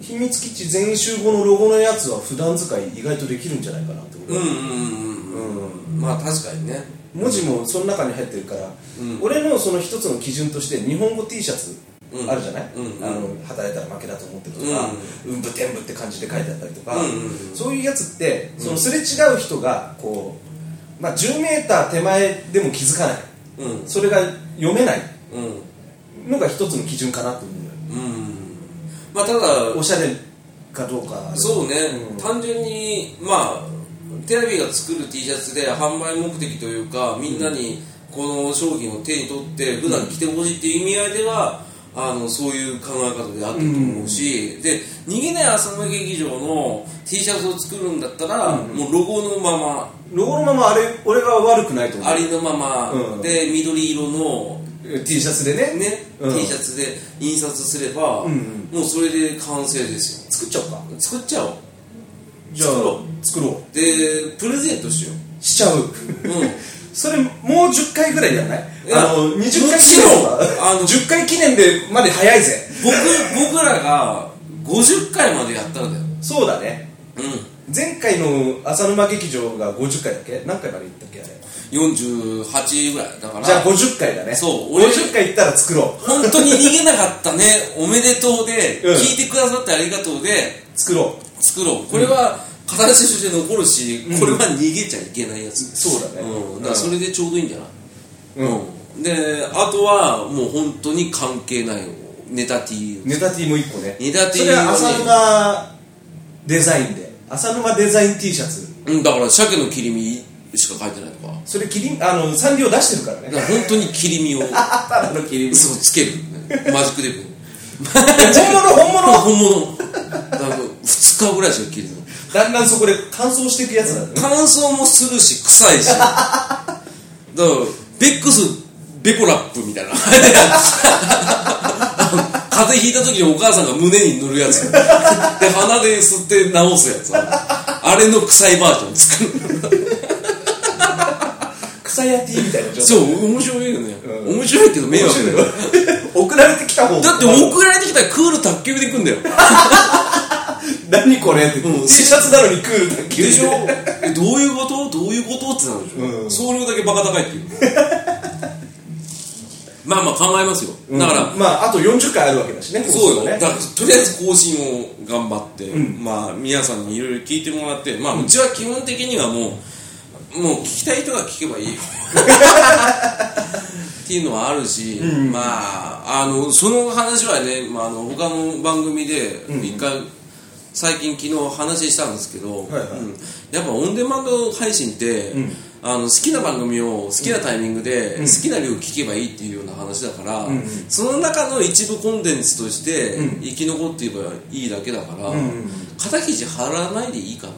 S2: 秘密基地全員集合のロゴのやつは普段使い意外とできるんじゃないかなって
S1: う
S2: 思
S1: んう
S2: う、
S1: んうんうん、うん、まあ確かにね
S2: 文字もその中に入ってるから、
S1: うん
S2: 俺のその一つの基準として日本語 T シャツ
S1: うん
S2: あるじゃない、
S1: うん
S2: あの働いたら負けだと思ってるとか、うんぶてんぶって感じで書いてあったりとか、
S1: うんうんうん
S2: そういうやつってそのすれ違う人がこう、まあ、10メーター手前でも気づかない
S1: うん
S2: それが読めない
S1: うん
S2: のが一つの基準かなと思うのよ
S1: うんまあただ
S2: おしゃれかどうか
S1: そうね、
S2: うん
S1: 単純にまあテレビが作る T シャツで販売目的というかみんなにこの商品を手に取って普段着てほしいっていう意味合いでは、あのそういう考え方であってると思うし、で逃げない浅間劇場の T シャツを作るんだったら、もうロゴのまま
S2: ロゴのままあれ俺は悪くないと思う
S1: ありのまま、
S2: うん
S1: で緑色の
S2: T シャツでね
S1: ね、
S2: うん
S1: T シャツで印刷すれば、
S2: ん
S1: もうそれで完成ですよ
S2: 作っちゃおうか
S1: 作っちゃおう
S2: じゃあ
S1: 作ろ
S2: 作ろ
S1: うでプレゼントしよ
S2: うしちゃう
S1: うう ん
S2: それもう10回ぐらいじゃない
S1: いや
S2: あの20
S1: も
S2: 回記
S1: ちろん
S2: 念とか
S1: あの
S2: 10回記念でまで早いぜ
S1: 僕僕らが50回までやったんだよ
S2: そうだね
S1: うん
S2: 前回の浅沼劇場が50回だっけ何回まで行ったっけあれ
S1: 48ぐらいだから
S2: じゃあ50回だね
S1: そう俺
S2: 50回行ったら作ろう
S1: 本当に逃げなかったね おめでとうで、
S2: うん
S1: 聞いてくださってありがとうで
S2: 作ろ
S1: 作ろうこれは形として残るし、
S2: うん
S1: これは逃げちゃいけないやつ
S2: そうだね
S1: うん、だからそれでちょうどいいんじゃない、
S2: ううん
S1: であとはもう本当に関係ないネタ T
S2: ネタ T も1個ね
S1: ネタ T
S2: それは浅沼デザインで浅沼デザイン T シャツ
S1: うんだから鮭の切り身しか書いてないとか
S2: それ切りあの産業出してるから
S1: だ
S2: ね
S1: から本当に切り身 を
S2: ただの切り
S1: そうつけるマジックテープ
S2: 本物本物
S1: 本物なんか2日ぐらいしか切るの
S2: だんだんそこで乾燥していくやつなんだね
S1: 乾燥もするし臭い しだからベックスベコラップみたいな 風邪ひいた時にお母さんが胸に塗るや つで鼻で吸って直すやつあれの臭いバージョン作 る
S2: 草屋 T みたいな状態
S1: そう面白いよね、
S2: うん
S1: 面白いけど迷
S2: 面
S1: 惑
S2: 白いよ 送られてきた方
S1: だって送られてきたらクール卓球で行くんだよ
S2: 何これって、
S1: うん
S2: T シャツなのにクールだけ
S1: でしょ えどういうことどういうことってなるでしょ、
S2: う
S1: 送
S2: ん
S1: 料だけバカ高いっていう まあまあ考えますよ、だから
S2: まああと40回あるわけだしね
S1: そうよ、
S2: ここね
S1: だからとりあえず更新を頑張って、
S2: ん
S1: まあ皆さんにいろいろ聞いてもらってまあうちは基本的にはもうもう聞きたい人が聞け ばいいよっていうのはあるし、まああのその話はね、まあ、あの他の番組で一回、最近昨日話したんですけど、
S2: はいはい
S1: うんやっぱオンデマンド配信って、
S2: ん
S1: あの好きな番組を好きなタイミングで好きな量聞けばいいっていうような話だから、
S2: んうん
S1: その中の一部コンテンツとして
S2: うん
S1: 生き残っていればいいだけだから、
S2: うんうん
S1: 肩肘張らないでいいかな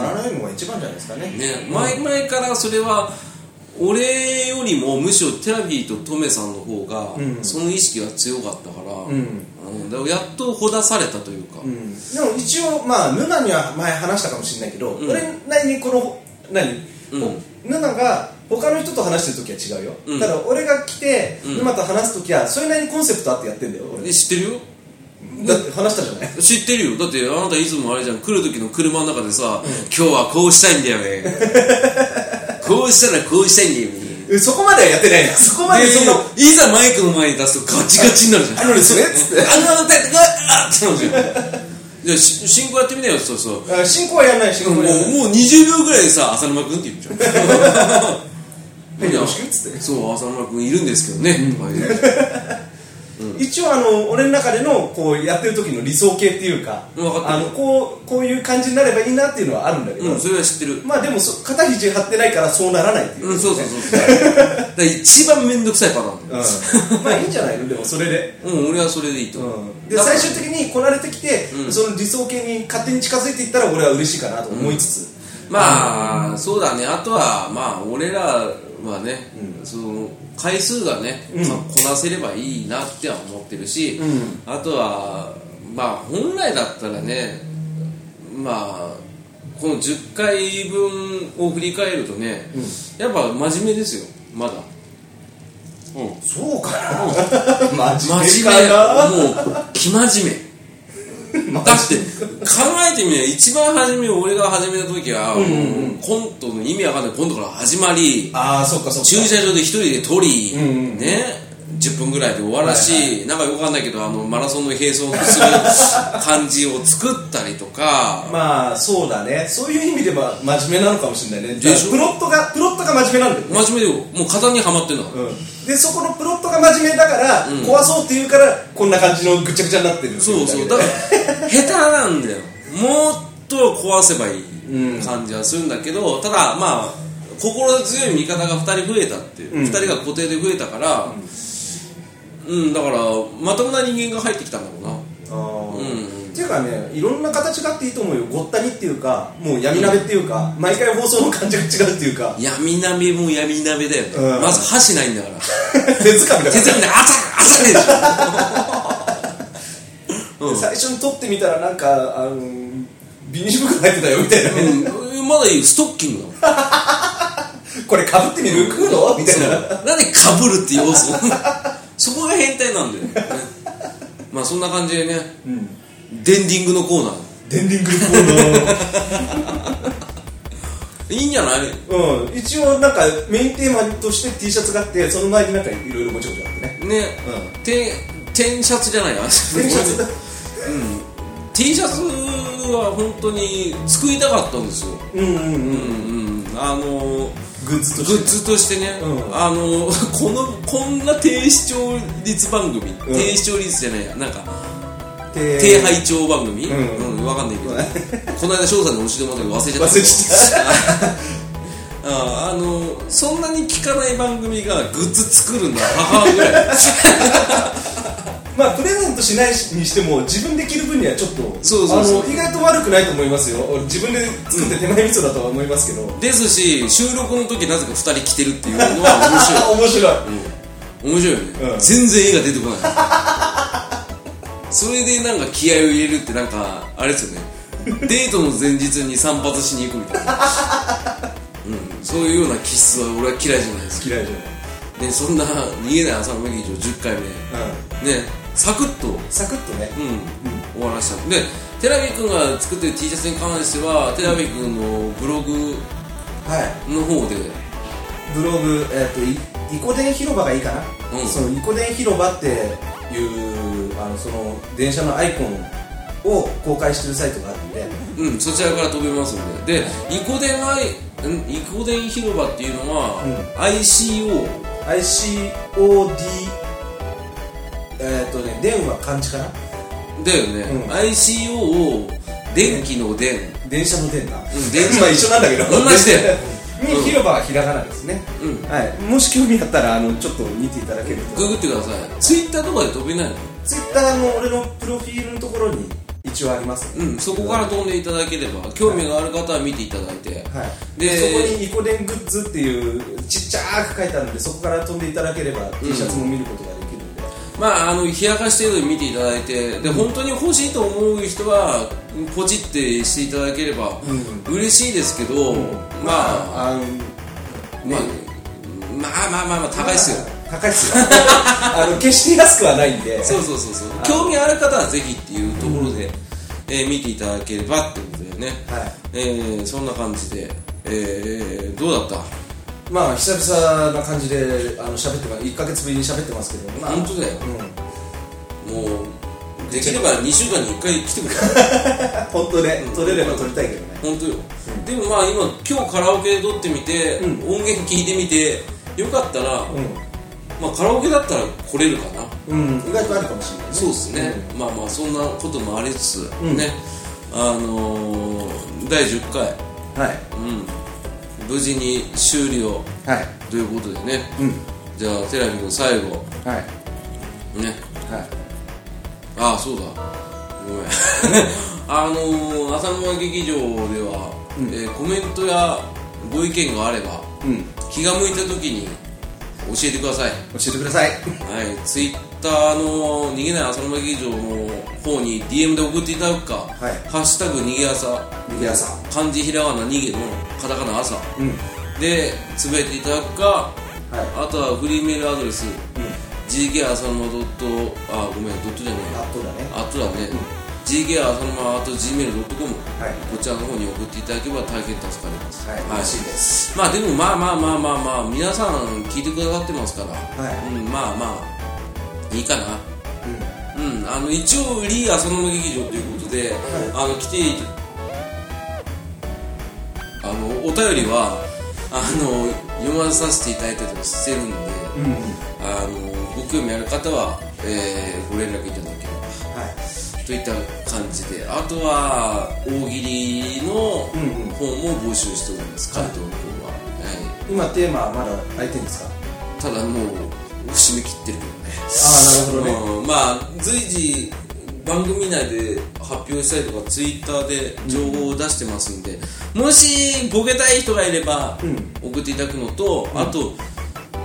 S2: うんならないのが一番じゃないですかね
S1: ね、前々からそれは俺よりもむしろテラビーとトメさんの方が
S2: うん
S1: その意識が強かったから、
S2: うん
S1: うんだからやっとほだされたというか、
S2: うんでも一応まあヌナには前話したかもしれないけど、
S1: うん
S2: 俺なりにこの何、
S1: うん
S2: こヌナが他の人と話してる時は違うよ、
S1: うん
S2: だから俺が来て、
S1: うん
S2: ヌナと話す時はそれなりにコンセプトあってやってんだよ俺
S1: え知ってるよ
S2: だって話したじゃない
S1: 知ってるよだってあなたいつもあれじゃん来る時の車の中でさ、今日はこうしたいんだよねこうしたらこうしたいんだよね
S2: えそこまではやってないなそこまで
S1: で
S2: その
S1: いざマイクの前に出すとガチガチになるじゃん
S2: あのですねつって
S1: あのあの歌ってこいあってなるじゃんじゃあし進行やってみなよそうそう
S2: あ進行はやんない進
S1: も
S2: 行
S1: う
S2: はやんない
S1: もう20秒ぐらいでさ浅沼君って言うじゃん
S2: はいよろしくっつって
S1: そう浅沼君いるんですけどね、とか言う
S2: 一応あの俺の中でのこうやってる時の理想形っていうか
S1: うん分かって
S2: あ
S1: る
S2: のこうこういう感じになればいいなっていうのはあるんだけど、
S1: うんそれは知ってる
S2: まあでもそ肩肘張ってないからそうならないっていう、
S1: うんそうそうそうそうだから一番面倒くさいパターンだよ
S2: うんまあいいんじゃないのでもそれで、
S1: うん俺はそれでいいと思う、
S2: で
S1: だから
S2: 最終的にこなれてきて、
S1: うん
S2: その理想形に勝手に近づいていったら俺は嬉しいかなと思いつつ、
S1: まあそうだねあとはまあ俺らはね、
S2: うん
S1: その回数がね、
S2: うん
S1: まあこなせればいいなっては思ってるし、
S2: うん
S1: あとはまあ本来だったらねまあこの10回分を振り返るとね、
S2: うん
S1: やっぱ真面目ですよまだ、
S2: そうか な真
S1: 真
S2: 面目
S1: 面
S2: かな
S1: 目もう生真面目 だって考えてみれば一番初め俺が始めた時は、もうコントの意味わかんないコントから始まり
S2: ああそっかそっか
S1: 駐車場で一人で撮り、
S2: うんうん
S1: ね10分ぐらいで終わらし、なんかよくわかんないけどあのマラソンの並走する感じを作ったりとか、
S2: まあそうだねそういう意味では真面目なのかもしれないね
S1: でしょ
S2: プロットがプロットが真面目なんだよね、
S1: 真面目でもう型にはまってんだから、
S2: うん、でそこのプロットが真面目だから、
S1: ん
S2: 壊そうって言うからこんな感じのぐちゃぐちゃになってる
S1: そうそうだ
S2: だ
S1: か
S2: け
S1: ら下手なんだよもっと壊せばいい感じはするんだけど、ただまあ心強い味方が2人増えたっていう、
S2: ん
S1: 2人が固定で増えたからうん、だからまともな人間が入ってきたんだろうな
S2: あー
S1: うん
S2: っていうかねいろんな形があっていいと思うよごったにっていうかもう闇鍋っていうか、毎回放送の感じが違うってい うか
S1: 闇鍋も闇鍋だよね、
S2: うん
S1: まず箸ないんだから
S2: 手づ かみ
S1: 手
S2: だから
S1: 伝いで朝朝ねえでしょ、うん
S2: 最初に撮ってみたらなんかあのビニール袋入ってたよみたいな、
S1: うん、まだいいよストッキングだもん
S2: これかぶってみる食うのみたいな
S1: そうなんでかぶるって要素 そこが変態なんだよ、ね、まあそんな感じでね、デンディングのコーナー
S2: デンディングリコー
S1: いいんじゃない
S2: ドうん一応なんかメインテーマとして T シャツがあってその前になんかいろいろごちゃごちゃあってね
S1: ね、
S2: う
S1: て天シャツじゃないな T シ
S2: シャツだ
S1: T シャツは本当に作りたかったんですよ
S2: うんうんう
S1: うんんうんあの
S2: グッズ
S1: グ
S2: として
S1: ッズとしてね、
S2: うん
S1: あのこのこんな低視聴率番組、
S2: ん
S1: 低視聴率じゃないやなんか
S2: 低
S1: 低配聴番組、
S2: ん
S1: うんわかんないけど、この間翔さんに教えてもらったけど忘れちゃった
S2: 忘れち
S1: ああのそんなに聞かない番組がグッズ作るんだ母親ぐらい
S2: まあプレゼントしないにしても自分で着る分にはちょっと
S1: そうそうそう
S2: あの意外と悪くないと思いますよ俺自分で作って手前味噌だとは思いますけど、
S1: ですし収録の時なぜか2人来てるっていうのは
S2: あ面白い、
S1: 面白い面白いよね、
S2: うん
S1: 全然絵が出てこないそれでなんか気合を入れるってなんかあれですよねデートの前日に散髪しに行くみたいな、うん、そういうような気質は俺は嫌いじゃないです
S2: 嫌いじゃない、
S1: ね、そんな逃げない朝の劇場10回目
S2: うん、
S1: ねサクッと、うん、
S2: サクッとね
S1: 終わらせたで寺脇君が作ってる T シャツに関しては寺脇君のブログ
S2: はい
S1: の方で
S2: ブログ、えー、といイコデン広場がいいかな、
S1: うん
S2: そのイコデン広場っていうあのその電車のアイコンを公開してるサイトがあって、
S1: うんそちらから飛べますのででイコデンアイんイコデン広場っていうのは、
S2: う
S1: ICO
S2: ICOD えっ、とね電話漢字かな
S1: だよね、
S2: うん
S1: ICO を電気の電、
S2: 電車の電だ、
S1: うん電車
S2: まあ一緒なんだ けど
S1: 同じだよ
S2: に
S1: うん
S2: 広場はひらがなですね、
S1: うん
S2: はい、もし興味あったらあのちょっと見ていただけると
S1: ググってくださいツイッターとかで飛べないの
S2: ツイッターの俺のプロフィールのところに一応あります、
S1: うんそこから飛んでいただければ興味がある方は見ていただいて、
S2: はい、
S1: で
S2: でそこにイコデングッズっていうちっちゃーく書いてあるんでそこから飛んでいただければ T シャツも見ることができるんで、
S1: まあ、あの冷やかし程度に見ていただいてで本当に欲しいと思う人はポチってしていただければ嬉しいですけど、まあ、
S2: あの
S1: まあまあまあまあまあ高いっすよ、
S2: 高いっすよ あの決して安くはないんで
S1: そうそうそうそう興味ある方はぜひっていうところで、えー見ていただければってことだよね、
S2: はい
S1: えーそんな感じで、えーどうだった
S2: まあ久々な感じであの喋ってます1か月ぶりに喋ってますけどまあ
S1: 本当だよ
S2: うん
S1: もうできれば2週間に1回来てくれ
S2: 本当ね、撮れれば撮りたいけどね
S1: 本当よ、でもまあ今今日カラオケで撮ってみて、
S2: うん
S1: 音源聞いてみてよかったら、
S2: う
S1: まあ、カラオケだったら来れるかな、
S2: ん、うん、意外とあるかもしれないね
S1: そうですね、まあまあそんなこともありつつ、
S2: うん
S1: ねあのー第10回、
S2: はい
S1: うん、無事に終了
S2: はい
S1: ということでね
S2: うん
S1: じゃあテラミ君最後
S2: はい
S1: ね
S2: はい
S1: ああそうだごめん あのー、浅沼劇場では、えーコメントやご意見があれば
S2: うん
S1: 気が向いた時に教えてください
S2: 教えてください
S1: はいツイッターの逃げない浅沼劇場の方に DM で送っていただくか「
S2: い
S1: ハッシュタグ逃げ朝」
S2: 逃げ朝
S1: 漢字ひらがな逃げのカタカナ朝
S2: うん
S1: でつぶやいていただくか、あとはフリーメールアドレス、GK 浅沼ドットあごめんドットじゃない
S2: あとだね
S1: あとだね、GK 浅沼あと gmail.com
S2: はい
S1: こちらの方に送っていただければ大変助かります
S2: はい嬉しいです
S1: まあでもまあまあまあまあまあ皆さん聞いてくださってますから、
S2: はい
S1: うん、まあまあいいかなうん、あの一応リー浅沼劇場ということで、あの来ていあのお便りはあの読まさせていただいたりもしてるんで、あのご興味ある方は、えーご連絡いただければ
S2: は
S1: といった感じであとは大喜利の方
S2: んうん
S1: も募集しております回答の方は、はい
S2: 今テーマまだ空いてるんですか
S1: い、ただもう締め切ってるけどね
S2: ああなるほどね
S1: うんまあ随時番組内で発表したりとかツイッターで情報を出してますんで、もしボケたい人がいれば
S2: うん
S1: 送っていただくのと、あと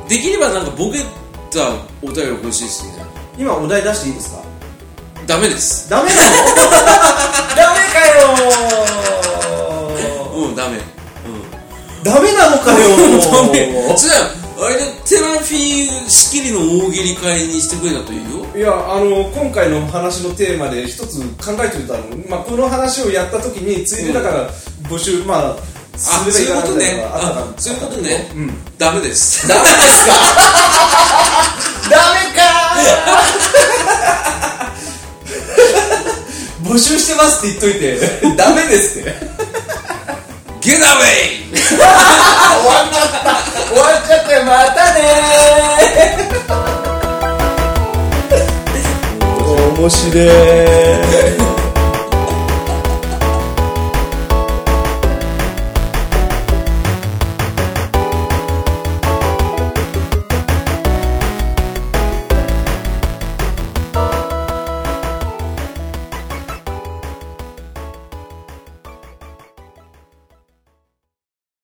S1: できればなんかボケたお便り欲しいですね
S2: 今お題出していいですか
S1: ダメです
S2: ダメなのダメかよ
S1: うんダメうん
S2: ダメなのかよ
S1: ダメそりゃあれでテラフィー仕切りの大喜利会にしてくれたといいよ
S2: いやあの今回の話のテーマで一つ考えておいたの、まあ、この話をやった時についでだから募集、まあ
S1: あそういうことねあ
S2: あ
S1: そういうことね、
S2: うん
S1: ダメです
S2: ダメですかダメか 募集してますって言っといてダメですって
S1: ゲダウェイ
S2: 終わっちゃってまたねー面白い